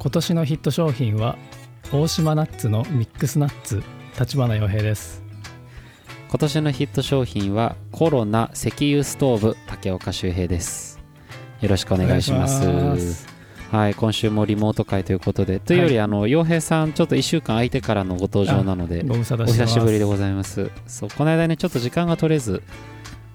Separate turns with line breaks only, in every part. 今年のヒット商品は大島ナッツのミックスナッツ立花洋平です
今年のヒット商品はコロナ石油ストーブ竹岡修平ですよろしくお願いします
お願いします
はい今週もリモート会ということでというより、あの洋平さんちょっと1週間空いてからのご登場なので
ご無沙
お
汰して
久
ます
しぶりでございますそうこの間ねちょっと時間が取れず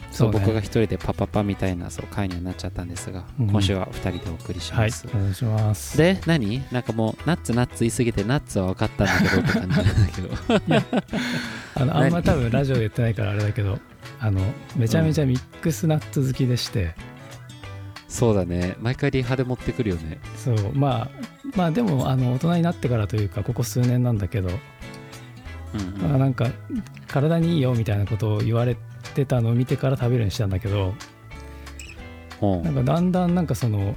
そう、
ね
僕が一人でパパパみたいなそう会にはなっちゃったんですが、
うん
今週は2人でお送りし
は
ま
い
す、
お願いします
で何なんかもうナッツナッツ言いすぎてナッツは分かったんだけどって感じなんだ けど
あのあんま
何
多分ラジオで言ってないからあれだけどあのめちゃめちゃミックスナッツ好きでして、
そうだね毎回リハで持ってくるよね
そうまあまあでもあの大人になってからというかここ数年なんだけど、
うんうん
まあ、なんか体にいいよみたいなことを言われてたのを見てから食べるようにしたんだけど
ほ
なん
う
かだんだんなんかその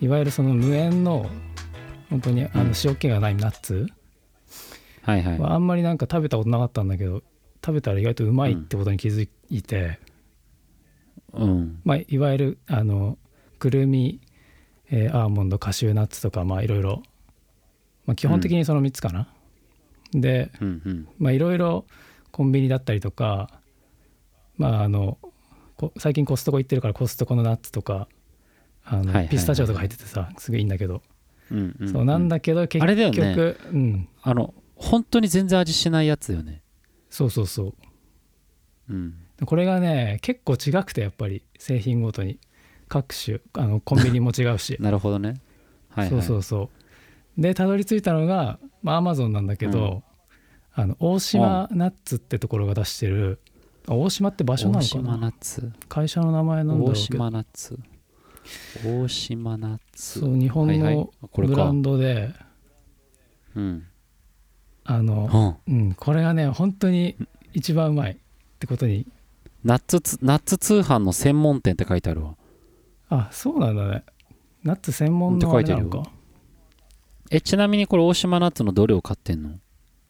いわゆるその無塩の本当にあ
うん
の塩気がないナッツ
はいはい、
はあんまりなんか食べたことなかったんだけど食べたら意外とうまいってことに気づいて、
うん、
まあ、いわゆるあのくるみ、えーアーモンドカシューナッツとかまあいろいろ、まあ、基本的にその3つかな、で
うんうん
まあいろいろコンビニだったりとかまああのこ最近コストコ行ってるからコストコのナッツとかあの、
はいはいはい
ピスタチオとか入っててさすぐいいんだけど、
うんうん
そうなんだけど結局
あれだよね
うん、
あの本当に全然味しないやつよね
そうそうそう
うん
これがね結構違くてやっぱり製品ごとに各種あのコンビニも違うし
なるほどね はい、はい、
そうそうそうでたどり着いたのがまあアマゾンなんだけど、あの大島ナッツってところが出してる、あ大島って場所な
大
のか
島
な
ナッツ
会社の名前なんだろ
大
うけど
島ナッツ大島ナッツ
そう日本
はいはい
の
これか
ブランドで、
うん、
あの、
うん、
うん、これがね本当に一番うまいってことに
ナッツつナッツ通販の専門店って書いてあるわ
あそうなんだねナッツ専門のあれなの
って書い
か
えちなみにこれ大島ナッツのどれを買ってんの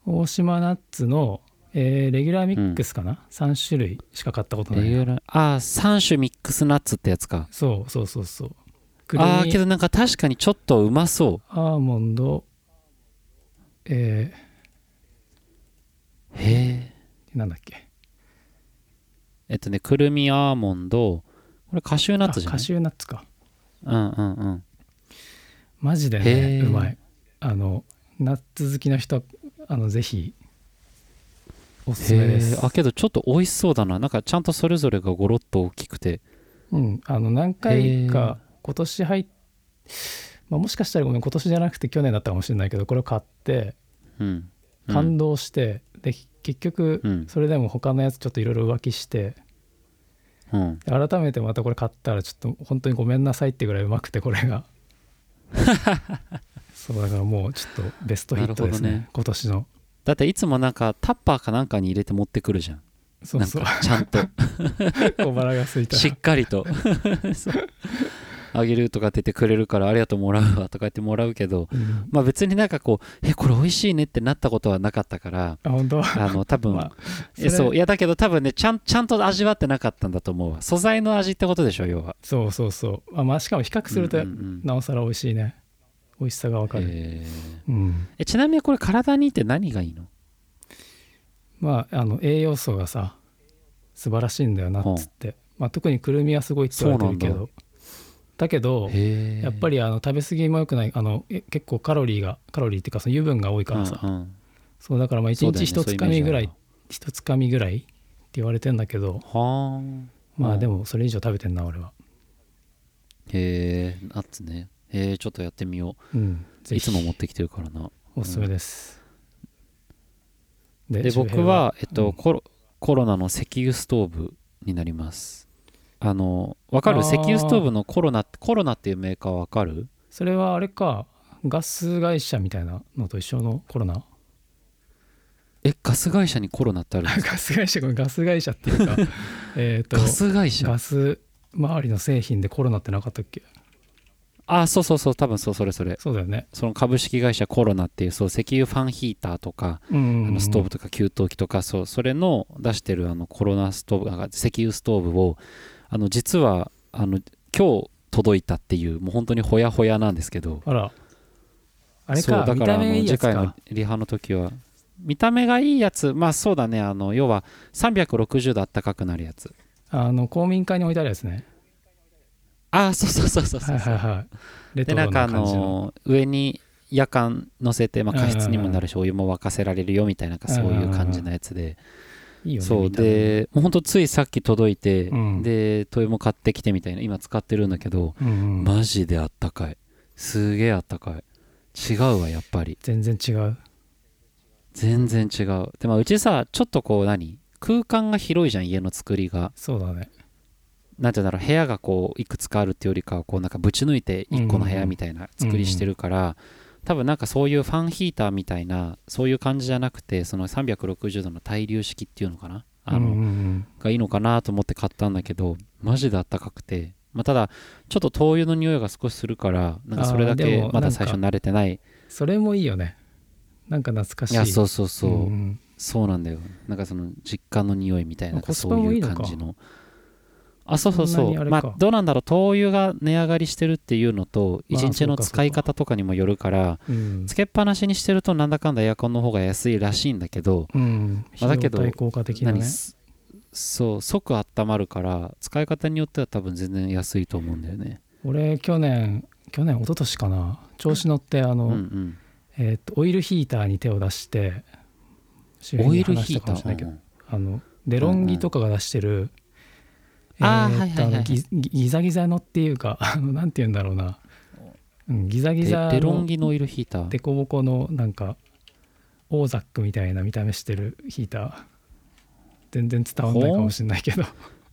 大島ナッツの、えーレギュラーミックスかな、三3種類しか買ったことない、
レギュラーああ3種ミックスナッツってやつか
そうそうそうそうくるみ
ああーけどなんか確かにちょっとうまそ
アーモンドえ
うへえ
ー、なんだっけ
えっとね、くるみアーモンド、これカシューナッツじゃ
あ
な
カ
い
シューナッツか
うんうんうん。
マジで
へ
ね
ー
うまいあのナッツ好きな人あのぜひおすすめで
へえ
す、
あ、けどちょっと美味しそうだな。なんかちゃんとそれぞれがゴロッと大きくて。
うん、あの何回
へー
か今年入っ、まあ、もしかしたらごめん今年じゃなくて去年だったかもしれないけどこれを買って
うん。うん
感動して、で結局
うん
それでも他のやつちょっといろいろ浮気して
うん。
改めてまたこれ買ったらちょっと本当にごめんなさいってぐらいうまくてこれ がそうだからもうちょっとベストヒットですね
なるほどね
今年の
だっていつもなんかタッパーかなんかに入れて持ってくるじゃん。
そうそう
なんかちゃん と
小腹が空いた
しっ
ら
かりと。 そうあげるとかって言ってくれるからありがとうもらうわとか言ってもらうけど、
うん
まあ別になんかこう、え、これ美味しいねってなったことはなかったから、
あ本当
あの多分、
まあそ
え
れ
そういやだけど多分ねちゃんちゃんと味わってなかったんだと思うわ素材の味ってことでしょ要は
そうそうそうあまあしかも比較する
う
と
んうんうん
なおさら美味しいね美味しさがわかる、
え
うん、
えちなみにこれ体にいいって何がいいの
まああの栄養素がさ素晴らしいんだよなっつって、まあ、特にくるみはすごいって言われてるけ
そうな
どだけど
へ
やっぱ
り
りあの食べ過ぎも良くないあのえ結構カロリーがカロリーっていうかその油分が多いからさ、
うんうん
そうだからまあ
そう
1
だよ
日
ね
一つかみぐらい
そういうイメージ
一つかみぐらいって言われてんだけど
あるは
ま
う
あ
ん
でもそれ以上食べてんな俺は
あへえナッツねへえちょっとやってみよ
うん
う
ぜ
い
ひ
つも持ってきてるからな
おすすめです、
で
周平
僕は、えっ
う
と
ん
コロコロナの石油ストーブになりますあのわかる
あー
石油ストーブのコロナコロナっていうメーカーわかる
それはあれかガス会社みたいなのと一緒のコロ ナ
えガス会社にコロナってあるんですか
ガス会社ごめんガス会社って いうかえっと
ガス会社
ガス周りの製品でコロナってなかったっけ
あそうそうそう多分そうそれそれ
そうだよね
その株式会社コロナっていうそう石油ファンヒーターとか、
うん
あのストーブとか給湯器とかそうそれの出してるあのコロナストーブあ石油ストーブをあの実はあの今日届いたっていうもう本当にほやほやなんですけど
あらあれ
そう
か
だ
見
から
た
あ
目がい
の
いや
次
つか
回のリハの時は見た目がいいやつまあそうだねあの要は360度あったかくなるやつ
あの公民館に置いてあるやつね
ああそうそうそうそうそ
は
う
い
そ
はい
う、
はいレ
で
ト
な
ロ
んかあ
な感じの
の上に夜間乗せて、まあ、
うんうん
加
うん
湿にもなるし、お湯も沸かせられるよみたいななんかそういう感じのやつで、
いいよね
そう
見た目
でもうほんとついさっき届いて、
うん
でトイも買ってきてみたいな今使ってるんだけど、
うんうん
マジであったかいすげえあったかい違うわやっぱり
全然違う
全然違うでまあうちさちょっとこう何空間が広いじゃん家の作りが
そうだね
なんていうんだろう部屋がこういくつかあるっていうよりかはこうなんかぶち抜いて一個の部屋みたいな作りしてるから、多分なんかそういうファンヒーターみたいなそういう感じじゃなくてその360度の対流式っていうのかなあの、
うんうんうん
がいいのかなと思って買ったんだけどマジであったかくて、まあ、ただちょっと灯油の匂いが少しするからなんかそれだ
あーで
け
も
ま
なん
だ
か
最初慣れてない
それもいいよねなんか懐かしい
いやそうそうそう、
んん
そうなんだよなんかその実家の匂いみたいな
あ
なんか
コス
そ
パ
う
も
い
いいうのか
感じのあそうそう
そん
そ
なにあ
う
れ
ま
か
あどうなんだろう灯油が値上がりしてるっていうのと
まあ
一日
そう
の
かそうか
使い方とかにもよるから
うん
つけっぱなしにしてるとなんだかんだエアコンの方が安いらしいんだけど
うん
まあだけど
費用対効果的なね
何すそう即温まるから使い方によっては多分全然安いと思うんだよね
俺去年去年一昨年かな調子乗ってあの、
うんうん
えーとオイルヒーターに手を出して周
オ
辺
イ
に
ル
話し
ヒ
た
ー
か
タ
もしれないけ
ー
どあのデロンギとかが出してる、え
あー
ーと
はいは
あ
いはいはい
のギギギザギザのっていうか あのなんて言うんだろうな、うん、ギザギ
デ
ザ
デロン
の
ギのオイルヒーター
デコボコのなんかオーザックみたいな見た目してるヒーター全然伝わんないかもしれないけど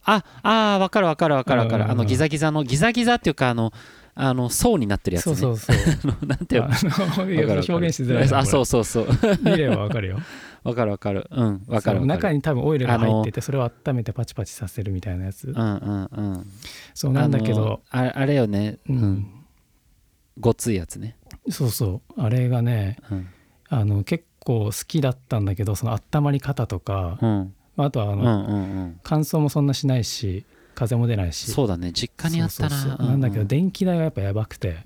ああーわかるわかるわかるわか
うんうんう
る
ん
あのギザギザのギザギザっていうかあのあの層になってるやつ
そ
ね
うそうそう
あの なんていうの
あのいや
わかるわ
表
かる
現しづらいな
あそう
こ
そうそう
れ見ればわかるよ
わかるわかるうんわかるわか
そ
る
う中に多分オイルが入っててそれを温めてパチパチさせるみたいなやつ
うんうん
そううんなんだけ
あ
ど
の、ああれよねう
うん
んごついやつね
そうそうあれがね
うん
あの結構好きだったんだけどその温まり方とか、
うん
まあ、あとはあ
う
の、
んうんうん
乾燥もそんなしないし風も出ないし
そうだね実家にあった
そうそう
な
そうなんだけ
う
ど
う
電気代がやっぱやばくて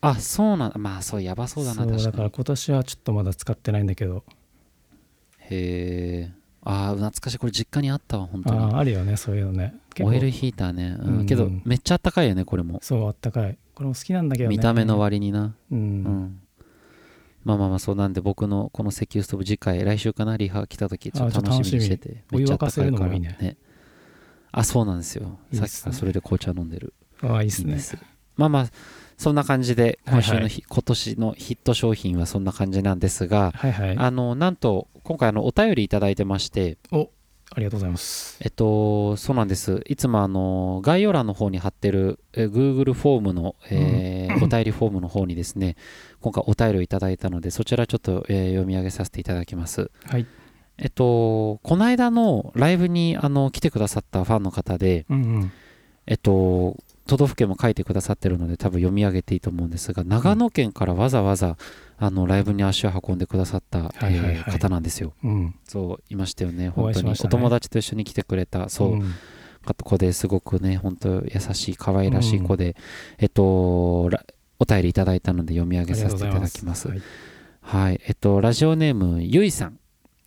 あそうなんだまあそうやばそうだな
だ
確
か
からに
今年はちょっとまだ使ってないんだけど
へえあー懐かしいこれ実家にあったわ本当
あ
に
ああるよねそういうのね
オイルヒーターねう
うん
んけどめっちゃあったかいよねこれも
そうあったかいこれも好きなんだけどね
見た目の割にな
うん、
うんまあまあまあそうなんで僕のこの石油ストーブ次回来週かなリハ来た時ちょっと
あちょっと
楽しみにして
楽
て
み
めっちゃ暖
お
か
湯沸かせるのもいいね
あそうなんですよ
いい
さ
っすね
っきからそれで紅茶飲んでる
ああいいっす
いい
ね
ですまあまあそんな感じで今週
はい
の
はい
ひ今年のヒット商品はそんな感じなんですが
はいはいあ
あのなんと今回あのお便りいただいてまして
りがとうございます
えっと、そうなんです。いつもあの概要欄の方に貼ってるえー Google フォームの、えーお便りフォームの方にですね、今回お便りをいただいたので、そちらちょっと、えー読み上げさせていただきます。
はい
えっと、この間のライブにあの来てくださったファンの方で、
うんうん
えっと、都道府県も書いてくださってるので、多分読み上げていいと思うんですが、長野県からわざわざあのライブに足を運んでくださった、
はいはいはい
えー方なんですよ。
うん
そう、いましたよね、
お会
本
い
当
し
に。
ましたね
お友達と一緒に来てくれた、そう。
ん
子ですごくね、本当優しい、可愛らしい子で、えっと、らお便りいただいたので読み上げさせていただきます。
ありがとうござい
はい。えっと、ラジオネーム、ゆいさん。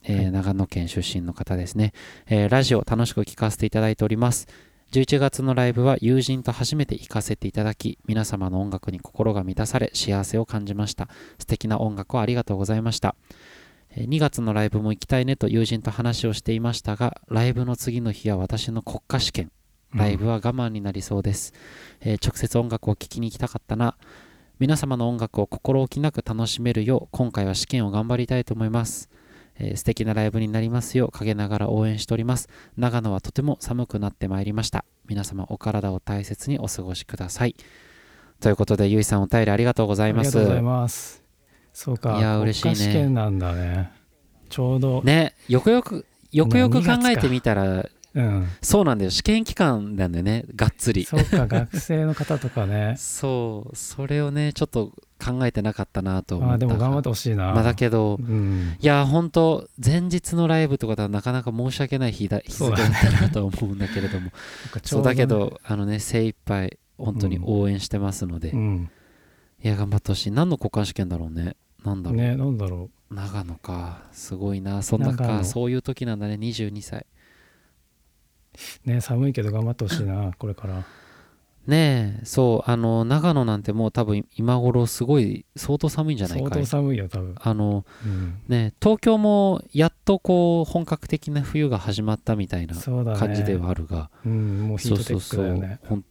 え
は
ー
い
長野県出身の方ですね、えーラジオ楽しく聞かせていただいております。11月のライブは友人と初めて行かせていただき、皆様の音楽に心が満たされ、幸せを感じました。素敵な音楽をありがとうございました。えー2月のライブも行きたいねと友人と話をしていましたが、ライブの次の日は私の国家試験、
うん
ライブは我慢になりそうです、えー直接音楽を聴きに行きたかったな皆様の音楽を心置きなく楽しめるよう今回は試験を頑張りたいと思います、えー素敵なライブになりますよう陰ながら応援しております長野はとても寒くなってまいりました皆様お体を大切にお過ごしくださいということでゆいさんお便りありがとうござい
あ
ま
りが
す
とうございます。そうか、
いや嬉しいね
国家試験なんだね。ちょうど、
ねよくよくよくよく考
まあ
えてみたら
うん、
そうなんだよ試験期間なんだよねがっつり
そうか、学生の方とか ね。
そうそれをねちょっと考えてなかったなと思った
あでも頑張ってほしいな。
まあだけど
うん、
いや本当前日のライブとかだとなかなか申し訳ない日だ日付
そう
だっ
だ
たなとは思うんだけれども
なんかち
そ
ょ
う
うど
だ
ね
け、どあのね精一杯本当に応援してますので、
うん、
いや頑張ってほしい何の国家試験だろうねなんだろう、
ねなんだろ
長野かすごいなそんな
長
か
野
そういう時なんだね22歳
うね寒いけど頑張ってほしいなこれから
ねえそうあの長野なんてもう多分今頃すごい相当寒いんじゃない
相
か
当
い
寒いよ多分、
あの
うん、
ね東京もやっとこう本格的な冬が始まったみたいな
そうだね
感じではあるが、
うんもうヒートテックだよね
ほん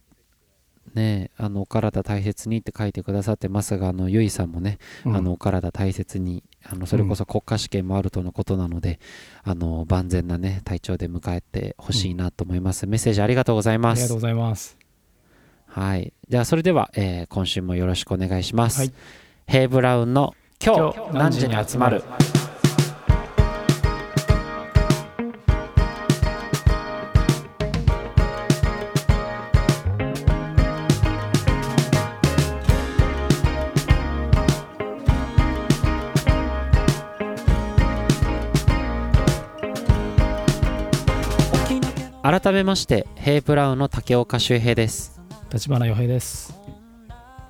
ねえあのお体大切にって書いてくださってますがあのゆいさんもね、
うん
あのお体大切にあのそれこそ国家試験もあるとのことなので、あの万全なね体調で迎えてほしいなと思います、メッセージありがとうござい
あ
ま
りがと
す
うございます
はいじゃあそれでは、えー今週もよろしくお願いします、
はい
ヘイブラウンの今日
今日
何時に集まる改めましてヘイブラウンの竹岡修平です
立花洋平です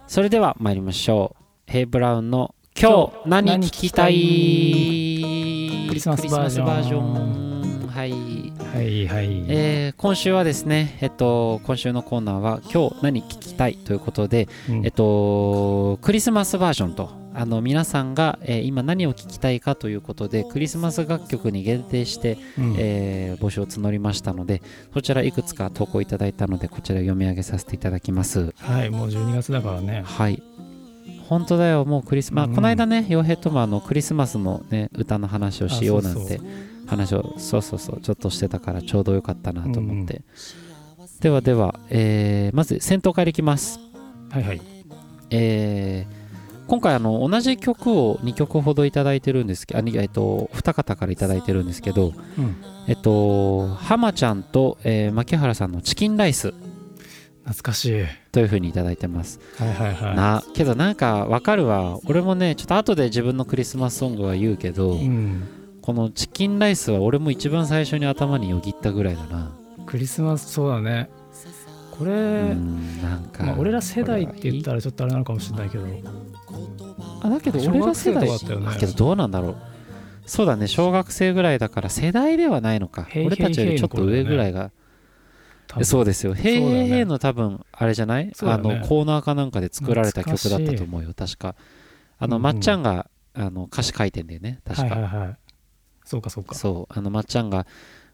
それでは参りましょうヘイブラウンの「今日何聞きたい」
クリスマスバージョン
クリスマスバージョンはい、
はいはい、
えー今週はですねえっと今週のコーナーは「今日何聞きたい」ということで、
うん
えっとクリスマスバージョンとあの皆さんが、えー今何を聞きたいかということでクリスマス楽曲に限定して、
うん
えー募集を募りましたのでそちらいくつか投稿いただいたのでこちら読み上げさせていただきます
はいもう12月だからね
はい本当だよもうクリスマス、
うん
この間ね洋平ともあのクリスマスのね歌の話をしようなん
あそう
て話をそうそうそうちょっとしてたからちょうどよかったなと思って、ではでは、えーまず先頭からいきます、
はいはい
えー今回あの同じ曲を2曲ほどいただいてるんですけど、あにえっと、二方からいただいてるんですけど、
うん
えっと、浜ちゃんと、えー牧原さんのチキンライス
懐かしい
というふうにいただいてます。
はいはいは
なけどなんかわかるわ俺もねちょっと後で自分のクリスマスソングは言うけど
い、うん、
このチキンライスは俺も一番最初に頭によぎったぐらいだな、
クリスマスそうだねこれ、
うんなんか、
まあ、俺ら世代って言った
ら
らちょっとあれなのかもしれないけど
あだけど俺ら
小学生
世代
とかだったよね
あけどどうなんだろうそうだね小学生ぐらいだから世代ではないのか
へいへいへい
俺たちよりちょっと上ぐらいが、
多分
そうですよ「へい
そうだ
へ
よ
い
ね
へい」の多分あれじゃない、
そうだ
あ
よね
のコーナーかなんかで作られた曲だった
懐かしい
と思うよ確かあの、
うんうん
まっちゃんがあの歌詞書いてんだよね確か、
はいはいはいそうかそうか
そうあのまっちゃんが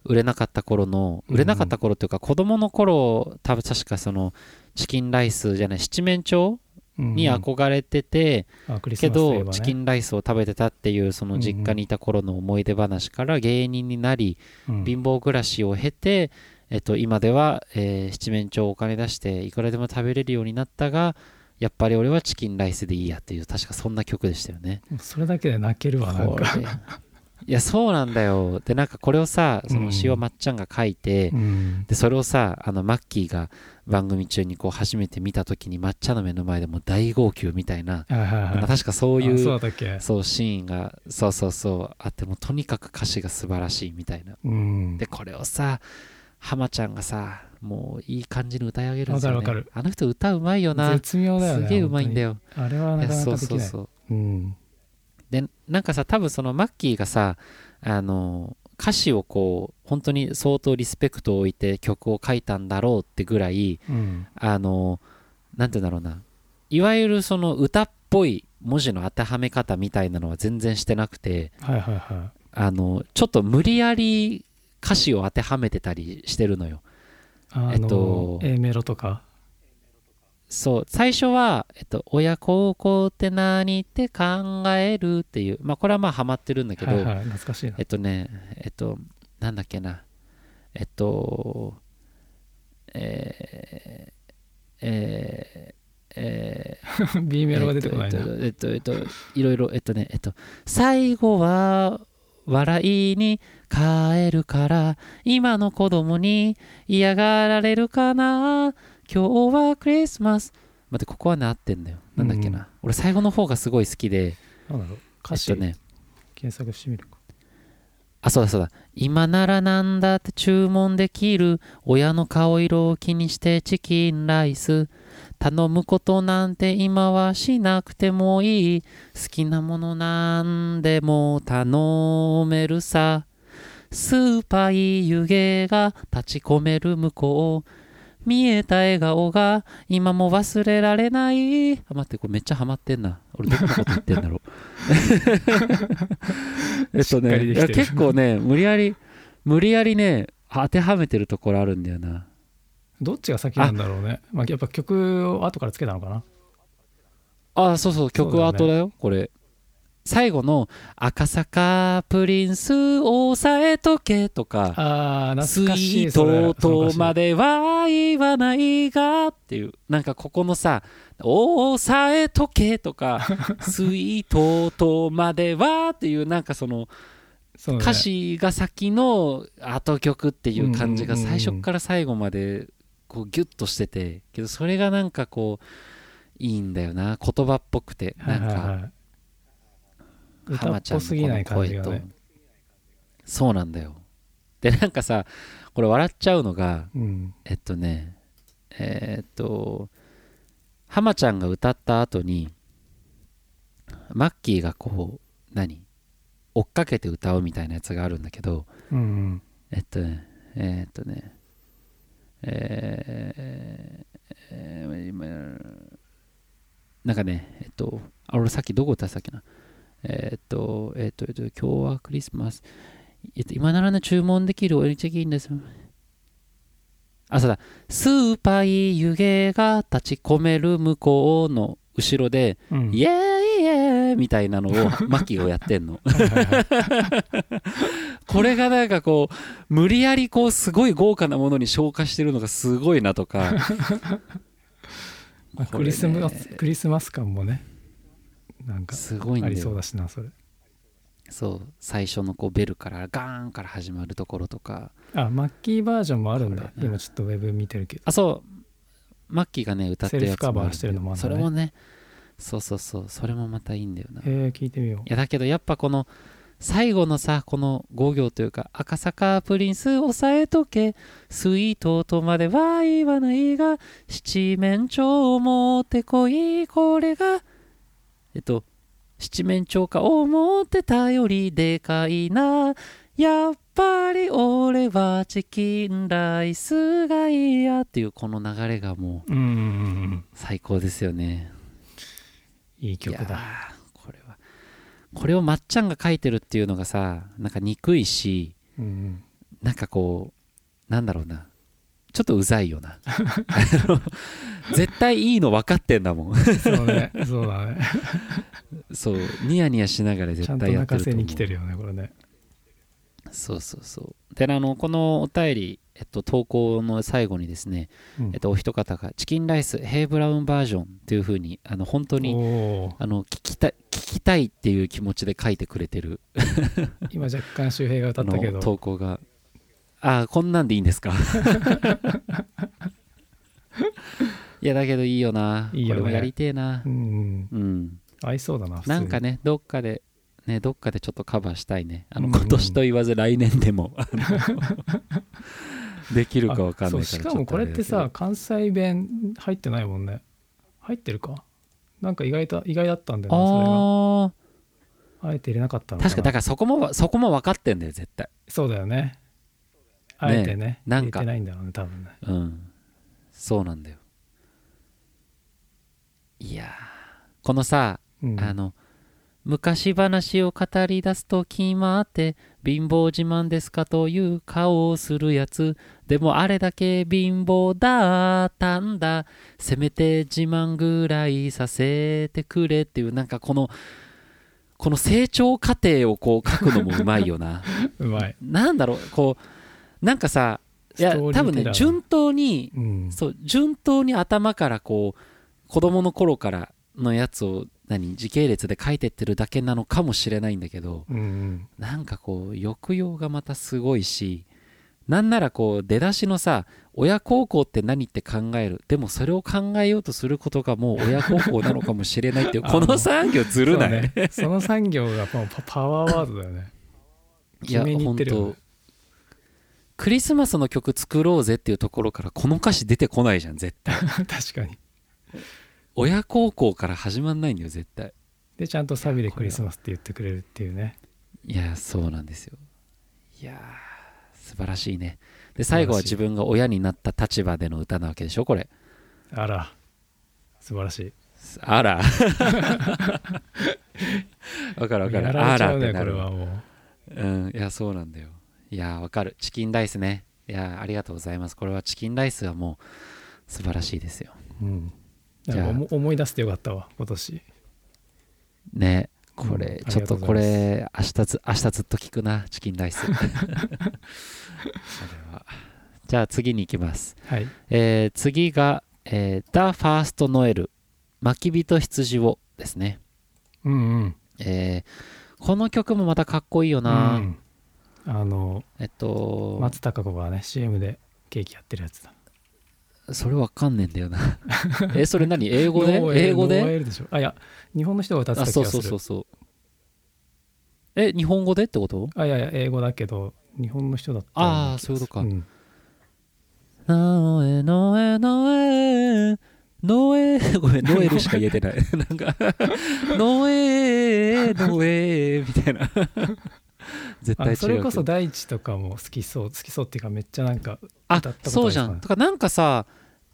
売れなかった頃の
うん
売れなかった頃っていうか子供の頃多分確かそのチキンライスじゃない七面鳥
うん
に憧れてて、
あクリス
け
マスとい
ど、
えばね
チキンライスを食べてたっていうその実家にいた頃の思い出話から芸人になり、
うん
貧乏暮らしを経て、えっと、今では、えー七面鳥をお金出していくらでも食べれるようになったがやっぱり俺はチキンライスでいいやっていう確かそんな曲でしたよね。
それだけで泣けるわなん
こ
か、
れいやそうなんだよでなんかこれをさその詩を
うん
まっちゃんが書いて、
うん、
でそれをさあのマッキーが番組中にこう初めて見た時に抹茶の目の前でもう大号泣みたいな、
はいはい
なんか
はい
確かそうい
あそう
う
だったっけ
そうシーンがそうそうそうあってもうとにかく歌詞が素晴らしいみたいな
うん
でこれをさ浜ちゃんがさもういい感じに歌い上げるんですよ、ね、
わかるわ
あの人歌うまいよな
絶妙だよね
すげえうまいんだ
よ
よ
あれはいな
や
かな
そ
か
う
でき
そう
ない
そ
う
う
ん
でなんかさ多分そのマッキーがさあの歌詞をこう本当に相当リスペクトを置いて曲を書いたんだろうってぐらい
うん
あのなんて言うんだろうないわゆるその歌っぽい文字の当てはめ方みたいなのは全然してなくて
はいはいは
あのちょっと無理やり歌詞を当てはめてたりしてるのよ
いあの、
えっと
A メロとか
そう最初は、えっと「親孝行って何?」って考えるっていうまあこれはまあハマってるんだけど、
はいはい懐かしいな
えっとね、えっと、なんだっけな、えっと、えー、えー、えー、
B メロが出てこないな、
えっと、えっと、えっと、いろいろ、えっとね、えっと、最後は、笑いに変えるから、今の子供に嫌がられるかな、今日はクリスマス。待って、ここはね、合ってんだよ。なんだっけな。
うん
俺、最後の方がすごい好きで、
なんだろう歌詞、
えっとね、
検索してみるか
あ、そうだそうだ。今ならなんだって注文できる。親の顔色を気にしてチキンライス。頼むことなんて今はしなくてもいい好きなものなんでも頼めるさスーパーい湯気が立ち込める向こう見えた笑顔が今も忘れられないあ待ってこれめっちゃハマってんな俺どんなこと言ってんだろうえっ と
しっか
ね
りでき
い
て
や
る
結構ね無理やり無理やりね当てはめてるところあるんだよな
どっちが先なんだろうねまあ、やっぱ曲を後からつけたのかな
あそうそう曲は
そうだ
後
よ
だよこれ最後の「赤坂プリンスを抑えとけ」とか
あ
「
ー
スイ
懐かしい
ートとま
で
では言わないが」っていうなんかここのさ「抑えとけ」と か「スイートとまでは」っていうなんかその歌詞が先の後曲っていう感じが
うんうんうんう
最
ん
初から最後までこうギュッとしててけどそれがなんかこういいんだよな言葉っぽくてなんか
歌
浜
っ
ちゃ
ぽ
ん
すぎな
の
い
この
感じ
声
が
と
ね、
そうなんだよでなんかさこれ笑っちゃうのが
うん、
えっとねえーっと浜ちゃんが歌った後にマッキーがこう何追っかけて歌うみたいなやつがあるんだけど、
うんうん
えっとね、えーっとね、えーえー今なんかね、えっと、あ、俺さっきどこ歌ってたっけな。えーっと、えーっと、えーっと、今日はクリスマス。えっと、今ならね、注文できるおエリチキンです。あ、そうだ。スーパー湯気が立ち込める向こうの後ろで、
うん
イエーイイエーイみたいなのをマキをやってんの。これがなんかこう無理やりこうすごい豪華なものに昇華してるのがすごいなとか
まあク
これね
リスマスクリスマス感もねなんか
すごいん
あ
だ
りそう
よ
だしなそれ
そう最初のこうベルからガーンから始まるところとか
あマッキーバージョンもあるんだ
これね
今ちょっとウェブ見てるけど
あそうマッキーがね歌ってるやつも
セル
あ
フカバ
るんだよ
ーしてるのもあるん
そ
だね
れもねそうそうそうそれもまたいいんだよな
えー、聞いてみよ
いやだけどやっぱこの最後のさこの5行というか「赤坂プリンス押さえとけ」「スイートとまでは言わないが七面鳥を持ってこいこれが」えっと「七面鳥か思ってたよりでかいな」やっぱり俺はチキンライスがいいやっていうこの流れがもう
ううんうんうんうん
最高ですよね。
いい曲
いや
だ
ーこれはこれをまっちゃんが書いてるっていうのがさなんか憎いし
うんうん
なんかこうなんだろうなちょっとうざいよな あの絶対いいの分かってんだもん
そうねそうだね
そうニヤニヤしながら
ちゃ
絶
んと
対や
泣
っ
か
てると
せ
思う
に来てるよねこれね
そうそうそうであのこのお便り、えっと、投稿の最後にですね、
うん
えっと、お一方が「チキンライスヘイブラウンバージョン」というふうにあの本当に
おー
あの聞きたい聞きたいっていう気持ちで書いてくれてる
今若干周平が歌ったけ
の
ど
投稿がああこんなんでいいんですか いやだけどいいよない
いよね
これもやりてえな
うんうん
うん
合いそうだな普通に
なんかねどっかでねどっかでちょっとカバーしたいねあの
うんうん
今年と言わず来年でもあ のできるかわかん
あそ
ないから
うしかもこれって
ちょ
さ
と
関西弁入ってないもんね入ってるかなんか意外と意外だったんだよ
あれ
なそれが
だけ
あえて入れなかった
どあ
のか
ー
な
確かだからそこもそこも分かってんだよ絶対
そうだよねあえてね
な
入
ん
れ
か
てないんだろうね多分ね
うんそうなんだよいやーこのさ
うん
あの昔話を語り出すと決まって貧乏自慢ですかという顔をするやつでもあれだけ貧乏だったんだせめて自慢ぐらいさせてくれっていうなんかこのこの成長過程をこう書くのもうまいよ な
うまい
なんだろうこうなんかさいや
ストーリー
多分
テ
ね
ラー
順当に
うん
そう順当に頭からこう子供の頃からのやつを何時系列で書いてってるだけなのかもしれないんだけど
うんうん
なんかこう抑揚がまたすごいしなんならこう出だしのさ親孝行って何って考えるでもそれを考えようとすることがもう親孝行なのかもしれないっていう
あ
この3行ずるない、
そうねその産業がもうパパワーワードだよね
い
決
や
めに行
本
ってるよね
当クリスマスの曲作ろうぜっていうところからこの歌詞出てこないじゃん絶対
確かに
親孝行から始まんないんだよ絶対
でちゃんとサビでクリスマスって言ってくれるっていうね
いやそうなんですよいやー素晴らしいねで最後は自分が親になった立場での歌なわけでしょこれ
あら素晴らしい
あ らわかるわか
や
る
ら
あ
れちゃ
ら
う
っ
ね
て
こ
な
れ
る
はもう
うんいやそうなんだよいやわかるチキンライスねいやありがとうございますこれはチキンライスはもう素晴らしいですよ
うん、
じゃ
なん
あ
か思思い出してよかったわ今年
ねこれ、
うん
ちょっと
ありがとうございます
これ明日ず明日ずっと聞くなチキンラ イスこれはじゃあ次に行きます、
はい
えー次が、えー、The First Noel 巻き人羊をですね、
うんうん
えーこの曲もまたかっこいいよな、
うんあの
えっと、
松たか子がね CM でケーキやってるやつだ
それわかんねえんだよな えそれ何英 語で
ノーエル
英語
ノー
で
エルでしょあいや日本の人が歌って
あ
た気がす
そ
る
うそうそうそうえ日本語でってこと
あいやいや英語だけど日本の人だった
あ
よ
あ
な気がする
そうい
う
う
ん
ノエノエノエノエごめんノエルしか言 えてないなんかノエノエみたい な絶
あ
対違うけど
それこそ大地とかも好きそう好きそうっていうかめっちゃなんか
あ
歌ったことあるかな
そうじゃんとかなんかさ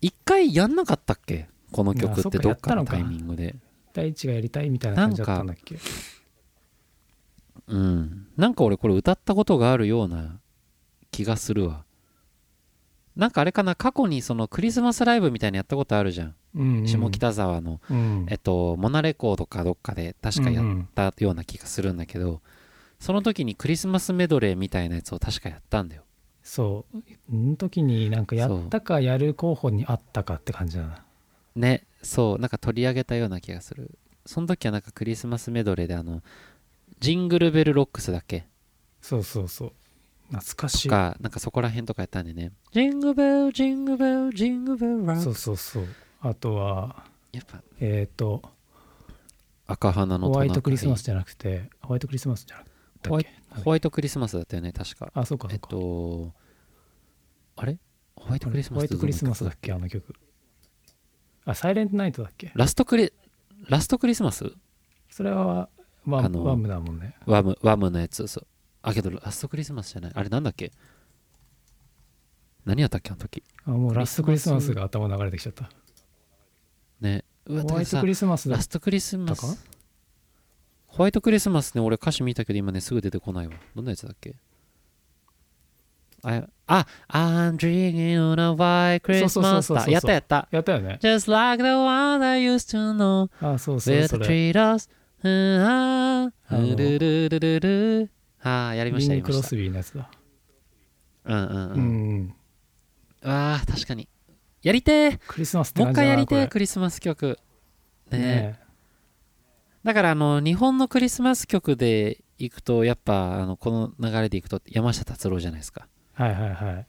一回やんなかったっけこの曲
あ
っ
そってか
どっか
や
の
った
タ
の
イ
か
ミングで
大地がやりたいみたいな感じだったんだっけ
うんなんか俺これ歌ったことがあるような気がするわなんかあれかな過去にそのクリスマスライブみたいなのやったことあるじゃん、
うんうん
下、北沢の
うん、
えっとモナレコードかどっかで確かや
う
っ
ん
たような気がするんだけど、その時にクリスマスメドレーみたいなやつを確かやったんだよ
そううん時になんかやったかやる候補にあったかって感じだな
ねそうなんか取り上げたような気がするその時はなんかクリスマスメドレーであのジングルベルロックスだっけ
そうそうそう懐かしい
がなんかそこら辺とかやったんでねジングベルジングベルジングベルラック
そうそうそうあとは
やっぱ
えっ、と
赤花の
ホ
トナカ
ワ
イ
イトクリスマスじゃなくてホワイトクリスマスじゃなくて
ホワイ
なんだっけ
ホワイトクリスマスだったよね確か
あそうか
え
そ
っ
うか、
とあれホワイトクリスマス
ホワイトクリスマスだっけあの曲あサイレントナイトだっけ
ラストクリラストクリスマス
それはワ
あの
ワムだもんね
ワムワムのやつそうあけどラストクリスマスじゃないあれなんだっけ何やったっけあの時
あもうラスト
ク
ク
リ
リ
ス
ス
マ
マ
ス
スが頭流れてきちゃった
ねうわ
ホワイトクリスマス
だ
だ
からさラストクリスマ
だっ
スホワイトクリスマスね俺歌詞見たけど今ねすぐ出てこないわどんなやつだっけああ I'm dreaming on a white
そうそう
Christmas
そうそうそう
だやったやった
やったよね
Just like the one I used to know
あそうそうそ
With
れ
treat us あ
あの
あやりま
ビ
したや
ニー・
りま
ク
し
ロ
た
スビーのやつだ
うんうん
う、
うんんあー確かにやりてー
クリスマスって
もう
感じだ
一回や
な
りてー
こ
クリスマス曲ね
れ
え
ね
だからあの日本のクリスマス曲で行くとやっぱあのこの流れで行くと山下達郎じゃないですか
えはいはいはい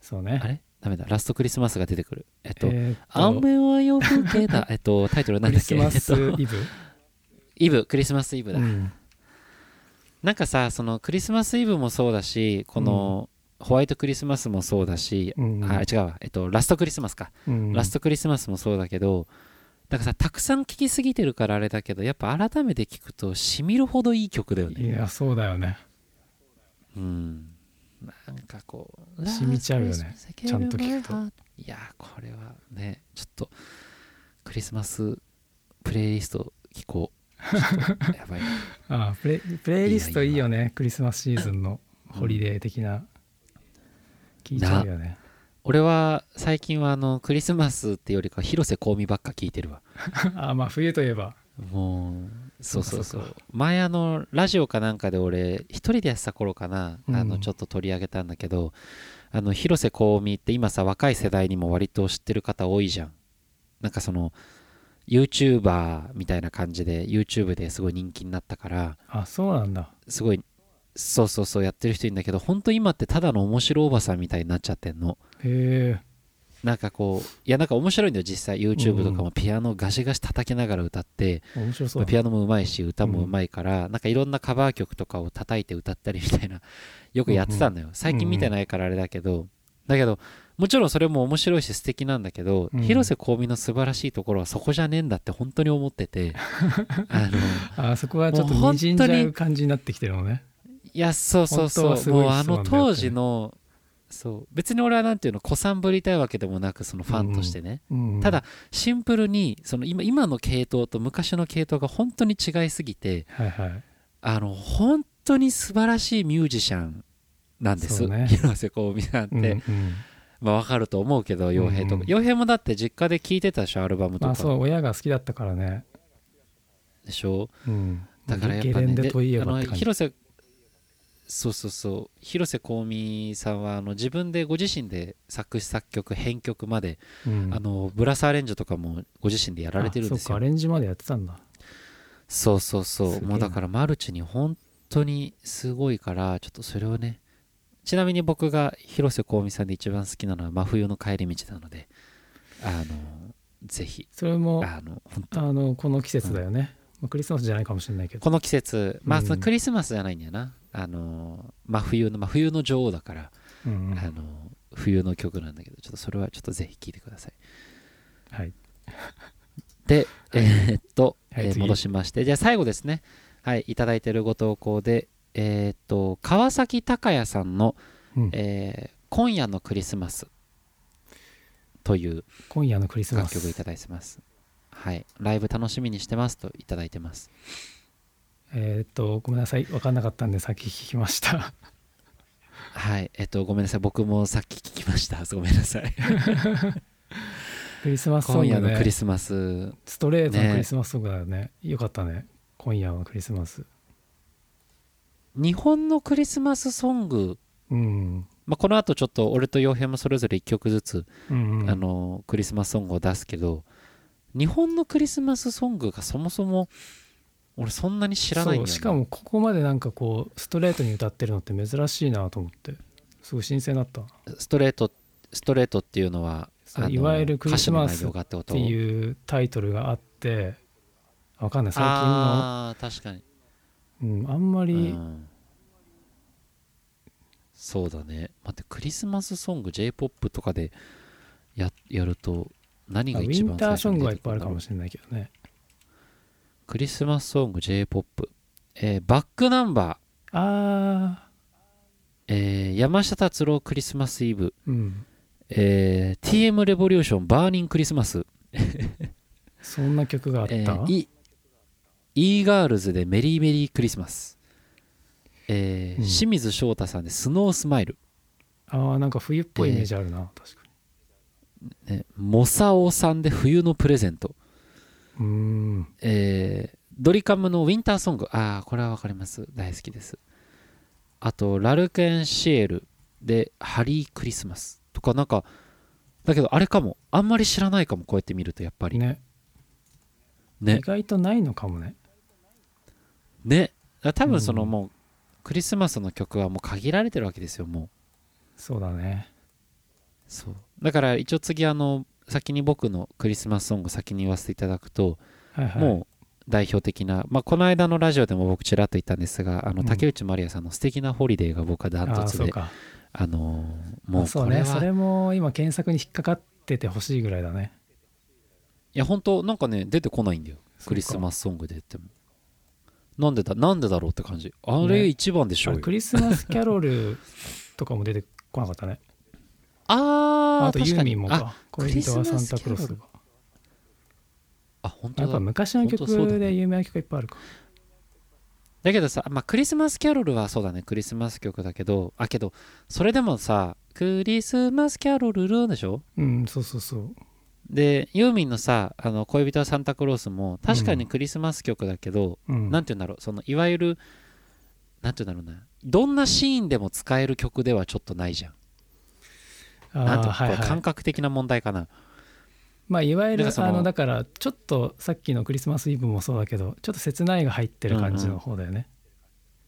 そう
あ
ね
れダメだラストクリスマスが出てくるえっと
えーっと
雨は夜更けだえっとタイトルな
ク
ん
リ
だっ
ス
け
マス
えっと
イブ、
イブクリスマスイブだ、
うん
なんかさそのクリスマスイブもそうだしこのホワイトクリスマスもそうだし、
うん
あ違うわえっとラストクリスマスか、
うん
ラストクリスマスもそうだけどなんかさたくさん聴きすぎてるからあれだけどやっぱ改めて聴くとしみるほどいい曲だよね
いやそうだよね
うんなんかこう
染みちゃうよねちゃんと聞くと
いやーこれはねちょっとクリスマスプレイリスト聞こうちょっとやばいな
あプレプレイリストいいよねクリスマスシーズンのホリデー的な聞いちゃうよね
俺は最近はあのクリスマスってよりかは広瀬香美ばっか聞いてるわ
あまあ冬といえば
もうそうそうそ
そううかそ
前あのラジオかなんかで俺一人でやってた頃かな、あ
う
の
ん
ちょっと取り上げたんだけどあの広瀬香美って今さ若い世代にも割と知ってる方多いじゃんなんかその YouTuber みたいな感じで YouTube ですごい人気になったから
あそうなんだ
すごいそうそうそうやってる人いるんだけど本当今ってただの面白おばさんみたいになっちゃってんの
へえ
なんかこういやなんか面白いんだよ実際 YouTube とかもピアノガシガシ叩きながら歌って、
面白そうだ
ピアノもうまいし歌もうまいから、なんかいろんなカバー曲とかを 叩いて歌ったりみたいなよくやってたんだよ、最近見てないからあれだけど、だけどもちろんそれも面白いし素敵なんだけど、
うん
広瀬香美の素晴らしいところはそこじゃねえんだって本当に思って てあの
あそこはちょっと
もう本当に
滲んじゃう感じになってきてるのね
いやそうそう
本当
そ
は
う
すごい
もうあ
人なんだよ
の当時のそう別に俺はなんていうの古参ぶりたいわけでもなくそのファンとしてね、
うん
ただシンプルにその今今の系統と昔の系統が本当に違いすぎて
はいはい
あの本当に素晴らしいミュージシャンなんで
そ
す、
うね
広瀬香美なんて、
うんうん
まあわかると思うけど洋平と
うん
か
うん
洋、平もだって実家で聴いてたでしょアルバムと
まあそ
か
う親が好きだったからね
でしょ
うん
だからやっ
ゲ
ぱ
レ
ね
ンデ
で
といえ
あ
ばっ
の
て感じ
広瀬そうそうそう広瀬香美さんはあの自分でご自身で作詞作曲編曲まで、
うん
あのブラスアレンジとかもご自身でやられてるんで
あそ
す
うかア
よ
レンジまでやってたんだ
そうそうそう
すげえな
もうだからマルチに本当にすごいからちょっとそれをねちなみに僕が広瀬香美さんで一番好きなのは「真冬の帰り道」なのであのぜひ
それも
あの本当
あのこの季節だよね、まあクリスマスじゃないかもしれないけど
この季節まあ
うん
そのクリスマスじゃないんだよな、あの真冬の真冬の女王だから
うんうん
あの冬の曲なんだけどちょっとそれはちょっとぜひ聴いてください
はい
で、えーっと、
はい
えー
次
戻しましてじゃあ最後ですねはいいただいてるご投稿でえーっと川崎隆也さんの、
うん
えー今夜のクリスマス」という
今夜のクリスマ
楽
ス
曲をいただいてますはいライブ楽しみにしてますといただいてます
えーっとごめんなさい分かんなかったんでさっき聞きました
はいえーっとごめんなさい僕もさっき聞きましたごめんなさい
クリスマスソ
今
ン
夜
グ
のク
ね
リスマス
ストレートの
ね
クリスマスソングだよねよかったね今夜のクリスマス
日本のクリスマスソング
うん
まあ、この後ちょっと俺と洋平もそれぞれ1曲ずつ、
うんうん
あのクリスマスソングを出すけど日本のクリスマスソングがそもそも俺そんなに知らないんだよ
そう
な
しかもここまでなんかこうストレートに歌ってるのって珍しいなと思ってすごい新鮮だったっ
ストレートストレートっていうのは
そう
あの
いわゆるクリスマス
歌詞の内容がってこと
ていうタイトルがあって分かんない最近の
ああ確かに、
うん、あんまり、
うんそうだね待ってクリスマスソング j p o p とかでややると何
まあ
が
ウ
一
ィン
番最初
ターソン
に出てくるんだろう
グはいっぱいあるかもしれないけどね
クリスマスソング j p o p、えーバックナンバー
ああ
えー山下達郎クリスマスイブ、
うん
えー TM レボリューションバーニンクリスマス、
そんな曲があった、
えー、イ e ガールズでメリーメリークリスマ
うん
ス、えー清水翔太さんでスノースマイル、
ああなんか冬っぽいイメージあるな、確か
ね、モサオさんで冬のプレゼント、
にうーん
えードリカムのウィンターソングああこれはわかります大好きですあとラルクエンシエルでハリークリスマスとかなんかだけどあれかもあんまり知らないかもこうやって見るとやっぱり
ね
ね
意外とないのかもね
ねだ多分その
うん
もうクリスマスの曲はもう限られてるわけですよもう
そうだね
そうだから一応次あの先に僕のクリスマスソング先に言わせていただくと、
はいはい
もう代表的な、まあ、この間のラジオでも僕ちらっと言ったんですがあ
う
の
ん
竹内まりやさんの「素敵なホリデー」が僕はダン
あ
ト
あ
ツ
そう
であ
か
のーもう
そう
これ
ね
は
それも今検索に引っかかっててほしいぐらいだね
いや本当なんかね出てこないんだよ
そうか
クリスマスソングで言ってもなんでだなんでだろうって感じあれ
ね
一番でし
あ
ょう
れ
よ、
クリスマスキャロルとかも出てこなかったね
あー
あとユ
確か
ーミ
に
ンも
あ
か恋人はサンタクロスと
クリスマスキャロル
か
あ本当
や
だ
っぱ昔の
本当そうだ
曲
ね
で有名な曲がいっぱいあるか
だけどさ、まあ、クリスマスキャロルはそうだねクリスマス曲だけどあけどそれでもさクリスマスキャロルルーでしょ
うんそうそうそう
でユーミンのさあの恋人はサンタクロースも確かにクリスマス曲だけど、
うん
なんて言うんだろうそのいわゆるなんて言うんだろうなどんなシーンでも使える曲ではちょっとないじゃん
あー
なんていうの
はい
これ
は
感
い
覚的な問題かな
まあいわゆ
なん
る
かその
あのだからちょっとさっきのクリスマスイブもそうだけどちょっと切ないが入ってる感じの方だよね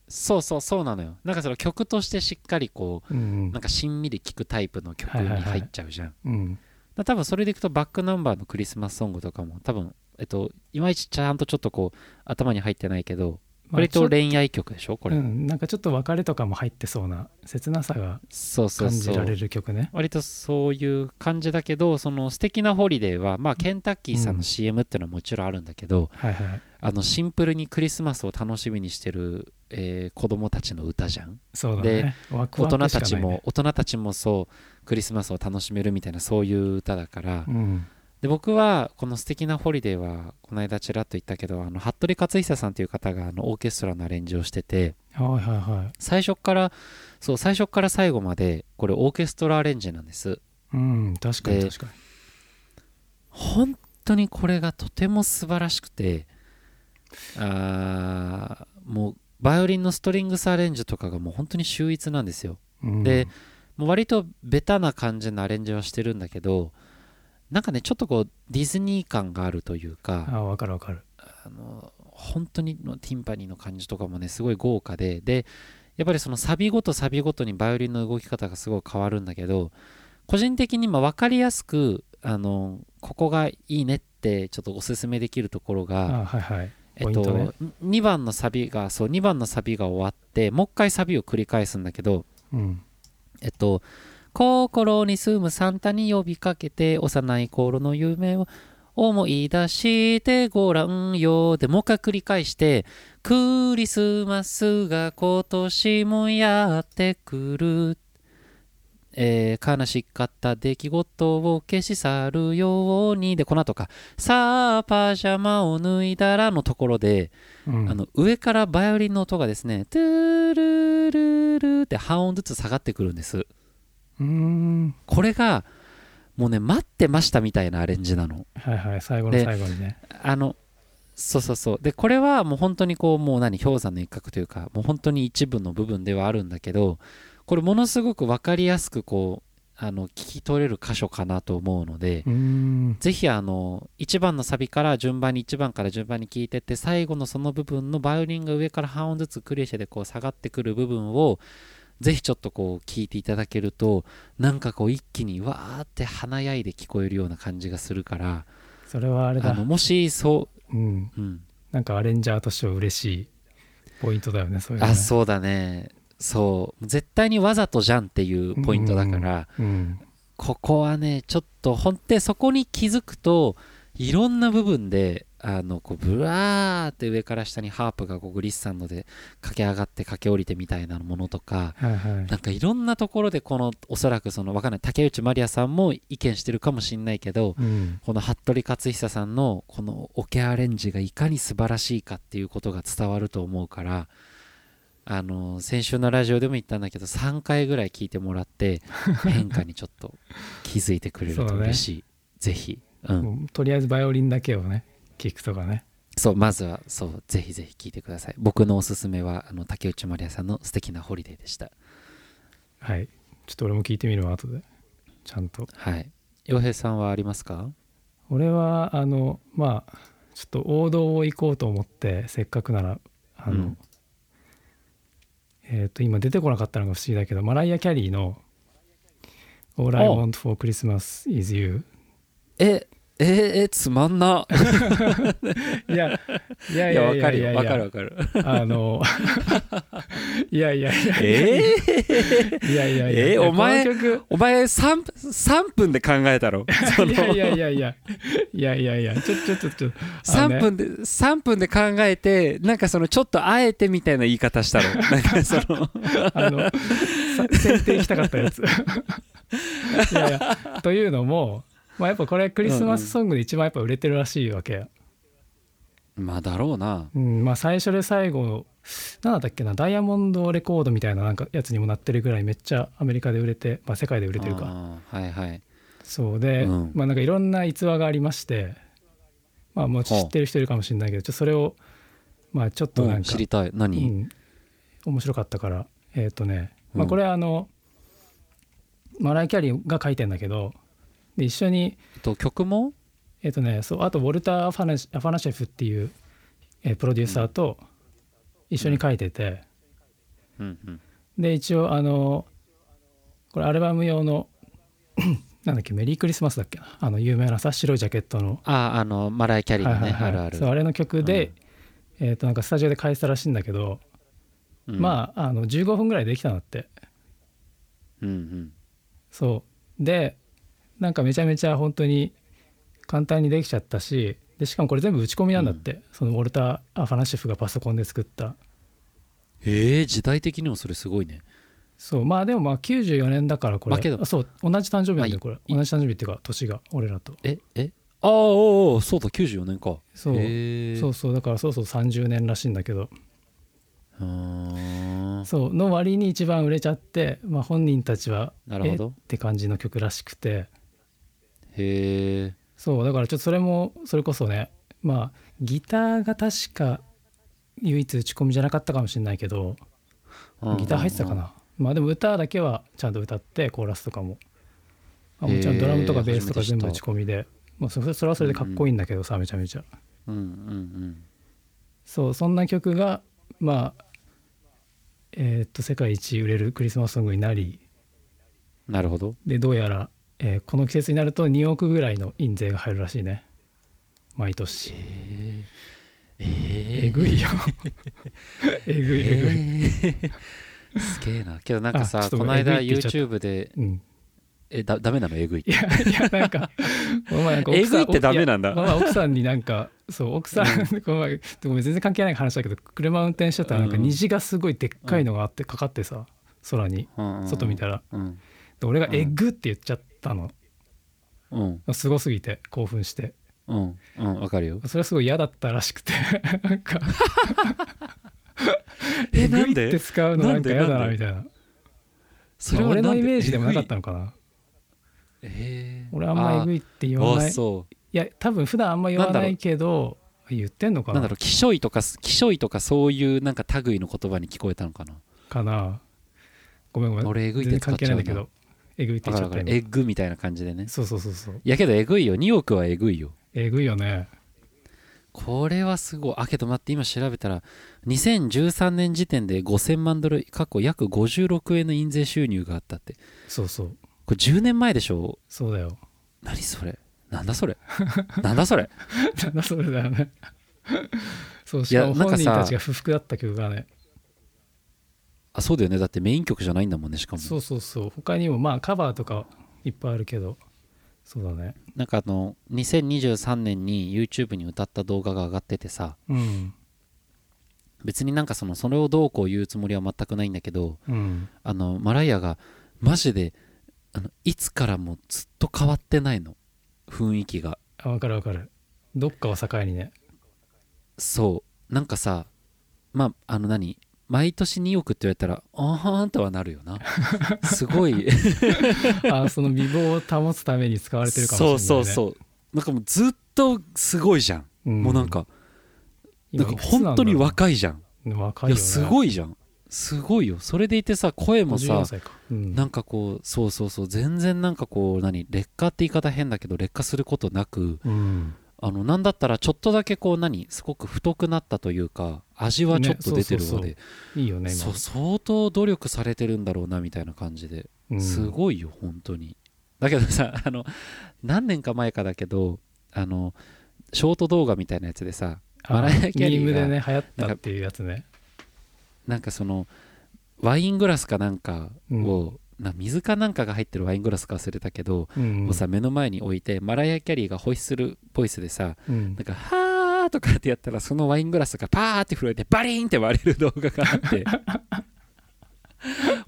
そうそうそうなのよなんかその曲としてしっかりこ
うん
うなんかしんみり聴くタイプの曲
はい
に
はいはい
入っちゃうじゃん
うんうん
だ多分それでいくとバックナンバーのクリスマスソングとかも多分えっといまいちちゃんとちょっとこう頭に入ってないけど割と
ちょ
恋愛曲でしょこれ、
うん、なんかちょっと別れとかも入ってそうな切なさが
そうそ
感
うそ
じられ
う
る曲ね
割とそういう感じだけどその「素敵なホリデーは」まあ、ケンタッキーさ
う
んの
ん
CM っていうのはもちろんあるんだけど、
はいはい
あのシンプルにクリスマスを楽しみにしてる、えー子供たちの歌じゃん
そうだねワク
大
ワク
人
しか
た
ない
ち
ね
も、大人たちもそうクリスマスを楽しめるみたいなそういう歌だから、
うん、
で僕はこの「素敵なホリデーはこの間ちらっと言ったけどあの服部克久さんという方があのオーケストラのアレンジをしてて
はいはいは
最初っからそう最初っから最後までこれオーケストラアレンジなんです
いうん確かに
で
確かに
本当にこれがとても素晴らしくてあーもうバイオリンのストリングスアレンジとかがもう本当に秀逸なんですよ
うん
でもう割とベタな感じのアレンジはしてるんだけどなんかねちょっとこうディズニー感があるというか
あ分かる分かる
あの本当にのティンパニーの感じとかもねすごい豪華ででやっぱりそのサビごとサビごとにバイオリンの動き方がすごい変わるんだけど個人的にまあ分かりやすくあのここがいいねってちょっとおすすめできるところ
あ
が、
はいはい
え
ポイ
っ
ン
と
トね
2番のサビがそう2番のサビが終わってもう一回サビを繰り返すんだけど
うん
えっと、心に住むサンタに呼びかけて、幼い頃の夢を思い出してごらんよ。で、もう一回繰り返して、クリスマスが今年もやってくる。えー悲しかった出来事を消し去るように。で、この後か。さあ、パジャマを脱いだらのところで、
うん
あの上からバイオリンの音がですね、トゥルルルって半音ずつ下がってくるんです。
うーん
これが、もうね、待ってましたみたいなアレンジなの。
はいはい最後の
で
最後にね
あの、そうそうそう。で、これはもう本当にこう、もう何、氷山の一角というか、もう本当に一部の部分ではあるんだけど、これものすごく分かりやすくこう、あの、聞き取れる箇所かなと思うので、
うーん
ぜひあの1番のサビから順番に1番から順番に聞いてって最後のその部分のバイオリンが上から半音ずつクリシェでこう下がってくる部分をぜひちょっとこう聞いていただけるとなんかこう一気にわーって華やいで聞こえるような感じがするから
それはあれ
あ
だ
のもしそ
うん
う、うん、
なんかアレンジャーとしては嬉しいポイントだよねそういうのね
あそうだねそう絶対にわざとじゃんっていうポイントだから
うん
ここはねちょっとほんでそこに気づくといろんな部分であのこうブワーって上から下にハープがこうグリッサンドで駆け上がって駆け下りてみたいなものとか
はいはい
なんかいろんなところでこのおそらくそのわかんない竹内まりやさんも意見してるかもしんないけど
うん
この服部克久さんのこのオケアレンジがいかに素晴らしいかっていうことが伝わると思うからあの先週のラジオでも言ったんだけど3回ぐらい聞いてもらって 変化にちょっと気づいてくれる
そう
と
だね
嬉しい、ぜひ、うん、
もうとりあえずバイオリンだけをね聴くとかね
そうまずはそうぜひぜひ聞いてください僕のおすすめはあの竹内まりやさんの「素敵なホリデー」でした
はいちょっと俺も聞いてみるわ後でちゃんと
はい洋平さんはありますか
俺はあのまあちょっと王道を行こうと思ってせっかくならあの、
うん
えっ、と今出てこなかったのが不思議だけどマライア・キャリーの「All I
お
Want for Christmas is You
えええつまんな」
いやいや
い
い
や
や
わ
い
か
や
る
い
よ
や
わかるわかる
あの いやいやいや
ええ
いやいやいや
えーお前
この曲
お前 3, 3分で考え たろその
いやいやいやいやいやいやいやちょちょちょちょあのね
3分で3分で考えてなんかそのちょっとあえてみたいな言い方し たろなんかその
あの、さ設定行きたかった やつ。いやいや、というのも、まあやっぱこれクリスマスソングで一番やっぱ売れてるらしいわけ。
まあだろうな
うん、まあ最初で最後、なんだったっけな、ダイヤモンドレコードみたいななんかやつにもなってるぐらいめっちゃアメリカで売れて、まあ世界で売れてるか。
あーはいはい
そうで、
うん
まあなんかいろんな逸話がありまして、まあもう知ってる人いるかもしれないけど、ちょっとそれを、まあちょっとな
うんん
か
知、りたいう何、
ん、面白かったからえっ、とね、
うん
まあ、これはあの、マライ・キャリーが書いてんだけどで一緒に
と曲も
えっ、とねそうあとウォルター・アファナシアファナシェフっていう、えープロデューサーと一緒に書いてて、
うんうん
で一応あのこれアルバム用の なんだっけメリークリスマスだっけなあの有名なさ白いジャケットの
あああのマライア・キャリーのね、
はいはいはい
あるある
そうあれの曲で、えー、となんかスタジオで返したらしいんだけど、
うん、
まああの15分ぐらいできたんだって
うんうん
そうでなんかめちゃめちゃ本当に簡単にできちゃったしでしかもこれ全部打ち込みなんだって、そのウォルター・アファナシェフがパソコンで作った
えー、時代的にもそれすごいね
そうまあでもまあ94年だからこれ
まあけど
あそう同じ誕生日なんだよこれ
い
同じ誕生日っていうか年が俺らと
ええああおうおうそうだ94年か
そう
へえ
そうそうだからそうそう30年らしいんだけど
うーん
そうの割に一番売れちゃって、まあ、本人たちは
なるほど
えって感じの曲らしくて
へえ
そうだからちょっとそれもそれこそねまあギターが確か唯一打ち込みじゃなかったかもしれないけどギター入ってたかなまあでも歌だけはちゃんと歌ってコーラスとかも、まあ、もちろんドラムとかベースとか
へー初
全
めて知った
部打ち込みで、まあ、そそれはそれでかっこいいんだけどさ、めちゃめちゃ
うんうん
そうそんな曲がまあえーっと世界一売れるクリスマスソングになり
うんなるほど
でどうやら、えーこの季節になると2億ぐらいの印税が入るらしいね毎年え
え
ぐいよ えぐいえぐい、
ーすげえなけどなんか
あちょ
さ
っと
この間
えぐいって言っちゃった
YouTube で
うん、
えだダメなのえぐいって
いやいやなん かこの前なんか奥さん
えぐいってダメなんだ
いやまあまあ奥さんになんかそう奥さん、この前ごめん全然関係ない話だけど車運転してたらなんか
うん
虹がすごいでっかいのがあってかかってさ空に外見
い
たら
うん
で俺が「えぐ」って言っちゃったの
うん
すごすぎて興奮して
うんうんわかるよ
それはすごい嫌だったらしくて なんか
え
えぐ
なん
いっ
で
て使うのなんか嫌だ
な
なん
で
みたいな
そ
まあ
は
俺
な
の
ん
イメージでもなかっ
え
たのかな
ぐいへえ
俺あんまえぐ
い
いって言わないい
そ
や多分普段あんま言わないけど言ってんの
う
か
なん
な
だろうきしょいとかきしょいとかそういうなんか類の言葉に聞こえたのかな
かなごめんごめん
俺えぐいっ
全然
て使っ
関
ち
係
ゃ
な
う
いん
な
だけどえぐいって
わ
言っち
かる
ゃった
わかる
今
えぐみたいな感じでね
そうそうそうそう
いやけどえぐいよ2億はえぐいよ
えぐいよね
これはすごいあけど待って今調べたら2013年時点で5000万ドル過去約56円の印税収入があったって
そうそう
これ10年前でしょ
そうだよ
何それなんだそ れなんだそれ
なんだそれだよねそうしかも
いやなん
本
か
人
さ
たちが不服だった曲がね
あそうだよねだってメイン曲じゃないんだもんねしかも
そうそうそう他にもまあカバーとかいっぱいあるけどそうだね
なんかあの2023年に YouTube に歌った動画が上がっててさ
うん
別になんかそのそれをどうこう言うつもりは全くないんだけど
うん
あのマライアがマジであのいつからもずっと変わってないの雰囲気が
あ分かる分かるどっかを境に ね
そうなんかさまああの何毎年2億って言われたらあーんとはなるよ なすごい
あーその美貌を保つために使われてるかもしれない、
そ
ね、
うそうそうなんかもうずっとすごいじゃん、
うん、
もうなんか
今
なんか
いくつな
本
んだろう
当に若いじゃんい
若いよ、
や
ね、
すごいじゃんすごいよそれでいてさ声も
54
さ
歳か、うん、
なんかこうそうそうそう全然なんかこう何劣化って言い方変だけど劣化することなく
うん
あのなんだったらちょっとだけこう何すごく太くなったというか味はちょっと出てる
ねそうそうそ
の
う
で
いいよね今
そう相当努力されてるんだろうなみたいな感じで、
うん
すごいよ本当にだけどさ あの何年か前かだけどあのショート動画みたいなやつでさ
あ
マライアキャ
ミ
リーが
ームでね流行ったっていうやつね
なんかそのワイングラスかなんかを、な水かなんかが入ってるワイングラスか忘れたけど、
うん
もうさ目の前に置いてマライア・キャリーがホイッスルボイスでさ
うん
なんか「はー」とかってやったらそのワイングラスがパーって震えてバリーンって割れる動画があって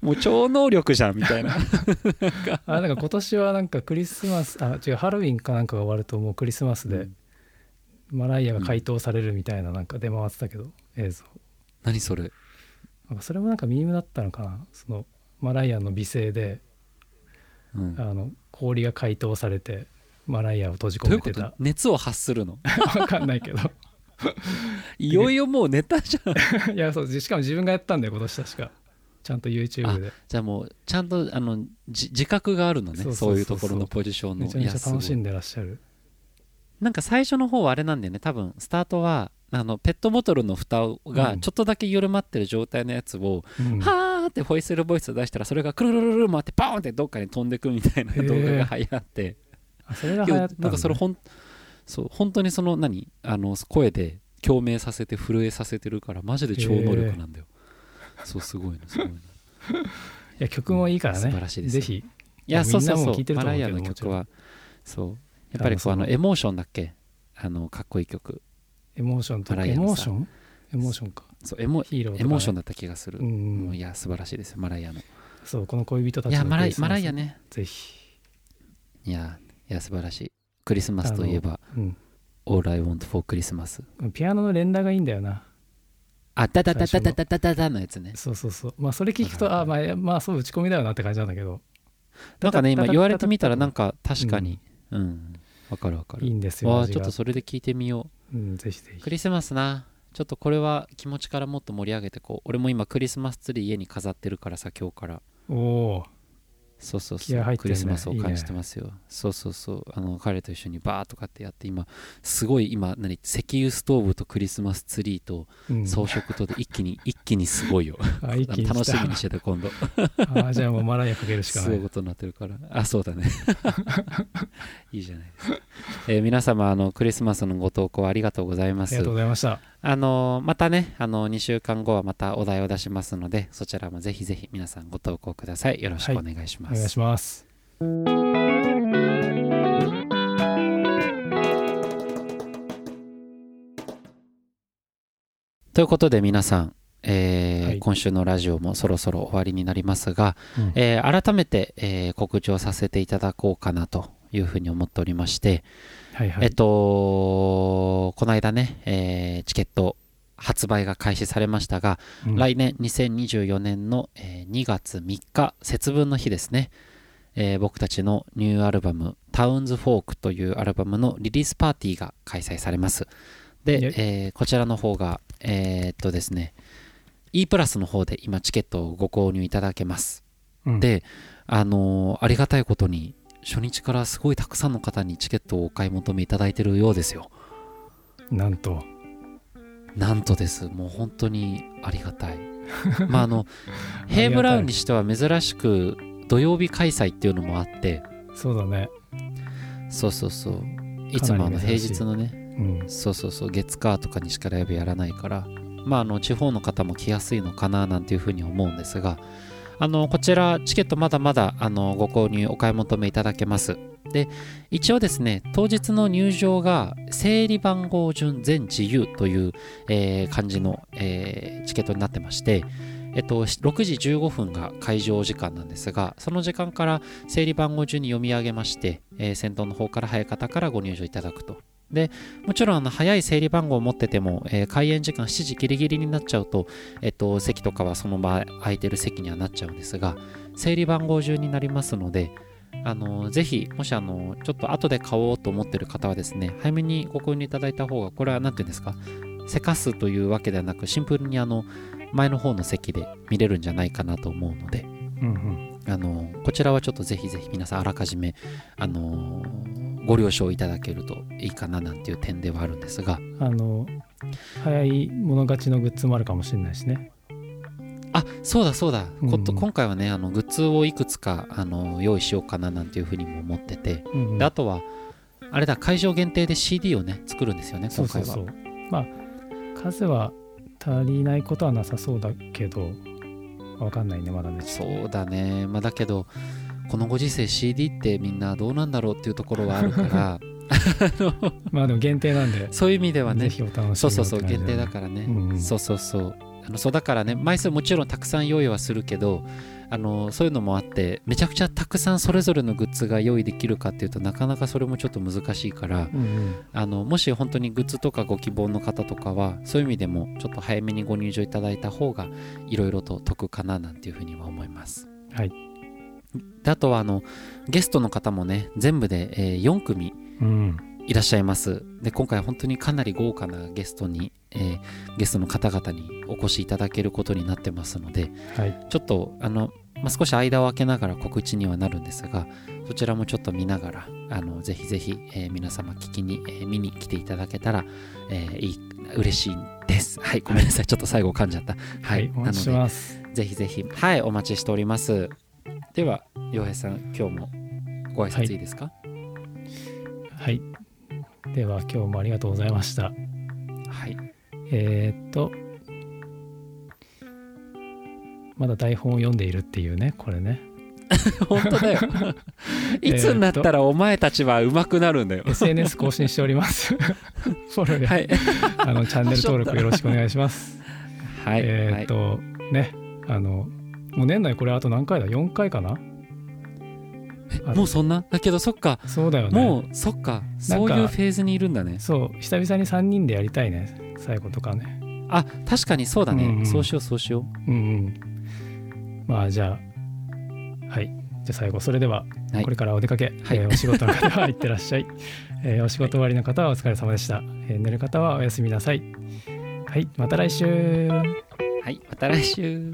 もう超能力じゃんみたいな
あなんか今年はなんかクリスマスあ違うハロウィンかなんかが終わるともうクリスマスで、
うん
マライアが解凍されるみたいななんか出回ってたけど、映像
何それ
なんかそれもなんかミームだったのかなそのマライアの美声で
うん
あの氷が解凍されてマライアを閉じ込
ど
め
ういうこ
てた
と熱を発す るの
わかんないけど
いよいよもう寝たじゃん
いやそうしかも自分がやったんだよ今年確かちゃんと YouTube で
じゃあもうちゃんとあのじ自覚があるのね
そう
そ
そうそうそう
ういうところのポジションの
めちゃめ
いや
ち
す
ゃ
ご
楽
い
しんでらっしゃる
なんか最初の方はあれなんだよね多分スタートはあのペットボトルの蓋がちょっとだけ緩まってる状態のやつを、
うん
はーってホイッスルボイス出したらそれがくるるるる回ってパーンってどっかに飛んでくみたいな
へー
動画が流行って、
あそれが
け
流
ど
行った
なんかそれ
だね
ほんそう本当にその何あの声で共鳴させて震えさせてるからマジで超能力なんだよ、そうすごいのすごいのい
いや曲もいいからね、
素晴らしいです
ぜ
よ
ひ
やそうそう
みんな
そ
も聴いてる
うマ
と
ラ
思う
イ
け
ア
ど
の曲はそうやっぱりこう
あ
あ
の
のエモーションだっけあのかっこいい曲
エモーションと
マ
か
ライ
エ
アの
モー
さ
ションエモーションか
そうエモ
ヒーローとかね、
エモーションだった気がする、
うん
もういや素晴らしいですよマライアの
そうこの恋人た
い
ち
や
の
マラ
ク
イ
リスマ
マ
ス
ライアね
ぜひ、
いやいや素晴らしいクリスマスといえば
うん、
「All I Want for Christmas
ピアノの連打がいいんだよな」
あダダダダダダダダダのやつね
そうそうそうまあそれ聞くと
わ
あ
か
まあまあそう打ち込みだよなって感じなんだけど
なんかね今言われてみたらなん
か
か確かにうんわかるわか
いい
る
んですよ
わあ
味
ちょっ
が
とそれで聞いてみよう
うんぜひぜひ
クリスマスなちょっとこれは気持ちからもっと盛り上げてこう俺も今クリスマスツリー家に飾ってるからさ今日から
おお
そうそうそ
気
う、
合入って
ク
るね
リスマスを感じ
いいね
てますよそうそうそうあの彼と一緒にバーとかってやって今すごい今何石油ストーブとクリスマスツリーと
ーうん
装飾とで一気に、一気にすごいよ
あ 一気に来た
楽しみにしてた今度
あーじゃあもうマライアかけるしか
す
な
ご
い
いことになってるからあそうだね いいじゃないですか、えー皆様あのクリスマスのご投稿ありがとうございま
あり
す
がとうございました
あのまたね、あの2週間後はまたお題を出しますので、そちらもぜひぜひ皆さんご投稿ください。よろしくお願いし
お
ます。
願いします
ということで皆さん、えー
はい
今週のラジオもそろそろ終わりになりますが、
うん
えー改めて、えー告知をさせていただこうかなというふうに思っておりまして、
はいは
えっ
い
と、この間ね、えーチケット発売が開始されましたが、
うん
来年2024年の、えー2月3日節分の日ですね、えー僕たちのニューアルバム「タウンズ・フォーク」というアルバムのリリースパーティーが開催されます
イェ
で
イ、
えーこちらの方がえーっとですね E プラスの方で今チケットをご購入いただけます
うん
であのーありがたいことに初日からすごいたくさんの方にチケットをお買い求めいただいてるようですよ
なんと
なんとですもう本当にありがたいまあ あのヘイブラウンにしては珍しく土曜日開催っていうのもあって
そうだね
そうそうそういつもあの平
珍しい
日のね
うん
そうそうそう月火とかにしかライブやらないからまああの地方の方も来やすいのかななんていうふうに思うんですがあのこちらチケットまだまだあのご購入お買い求めいただけますで一応ですね当日の入場が整理番号順全自由という、えー感じの、えーチケットになってましてえっと、6時15分が会場時間なんですがその時間から整理番号順に読み上げまして、えー先頭の方から早い方からご入場いただくとでもちろんあの早い整理番号を持ってても、えー開演時間7時ギリギリになっちゃうと、えっと、席とかはその場空いてる席にはなっちゃうんですが整理番号順になりますのであのぜひもしあのちょっと後で買おうと思ってる方はですね早めにご購入いただいた方がこれは何て言うんですかせかすというわけではなくシンプルにあの前の方の席で見れるんじゃないかなと思うので
うんうん
あのこちらはちょっとぜひぜひ皆さんあらかじめあのご了承いただけるといいかななんていう点ではあるんですが
あの早い者勝ちのグッズもあるかもしれないしね
あそうだそうだ、こと
うん
今回はねあのグッズをいくつかあの用意しようかななんていうふうにも思ってて
うんうん
であとはあれだ会場限定で CD をね作るんですよね
そ
今
うそ
回
う
は
そうまあ数は足りないことはなさそうだけどわかんないねまだね
そうだね、まあ、だけどこのご時世 CD ってみんなどうなんだろうっていうところはあるから
まあでも限定なんで、
そういう意味では
ぜ
ね
ひお楽しみに
そうそうそう限定だ
ら
からね、
うんうん
そうそうそうあのそうだからね枚数もちろんたくさん用意はするけどあのそういうのもあってめちゃくちゃたくさんそれぞれのグッズが用意できるかっていうとなかなかそれもちょっと難しいから
うんうん
あのもし本当にグッズとかご希望の方とかはそういう意味でもちょっと早めにご入場いただいた方がいろいろと得かななんていうふうには思います。
はい
であとはあのゲストの方もね全部で、え4組
うん
いらっしゃいますで今回本当にかなり豪華なゲストに、えーゲストの方々にお越しいただけることになってますので
はい
ちょっとあの、まあ、少し間を空けながら告知にはなるんですがそちらもちょっと見ながらあのぜひぜひ、えー皆様聞きに、えー見に来ていただけたら、えーいい嬉しいですはいごめんなさいちょっと最後噛んじゃったは、
はいいお待ちして
なの
ます
でぜひぜひはいお待ちしておりますでは洋平さん今日もご挨
はい
拶いいですか、
はいでは今日もありがとうございました
はい。
えーっとまだ台本を読んでいるっていうねこれね
本当 だよいつになったらお前たちは上手くなるんだよ
SNS 更新しております フォローや、
はい
あのチャンネル登録よろしくお願いします
はい、
え
は
ーっ
い
と、ねあのもう年内これあと何回だ4回かなあ
もうそんなだけどそっか
そうだよね
もうそっかそういうフェーズにいるんだね
そう久々に3人でやりたいね最後とかね
あ確かにそうだね、
うんうん
そうしようそうしよ
うんうんまあじゃあはいじゃあ最後それでは、
はい
これからお出かけ、
はい
えーお仕事の方は行ってらっ しゃい、えーお仕事終わりの方はお疲れ様でした、えー寝る方はおやすみなさいはいまた来週
うはいまた来週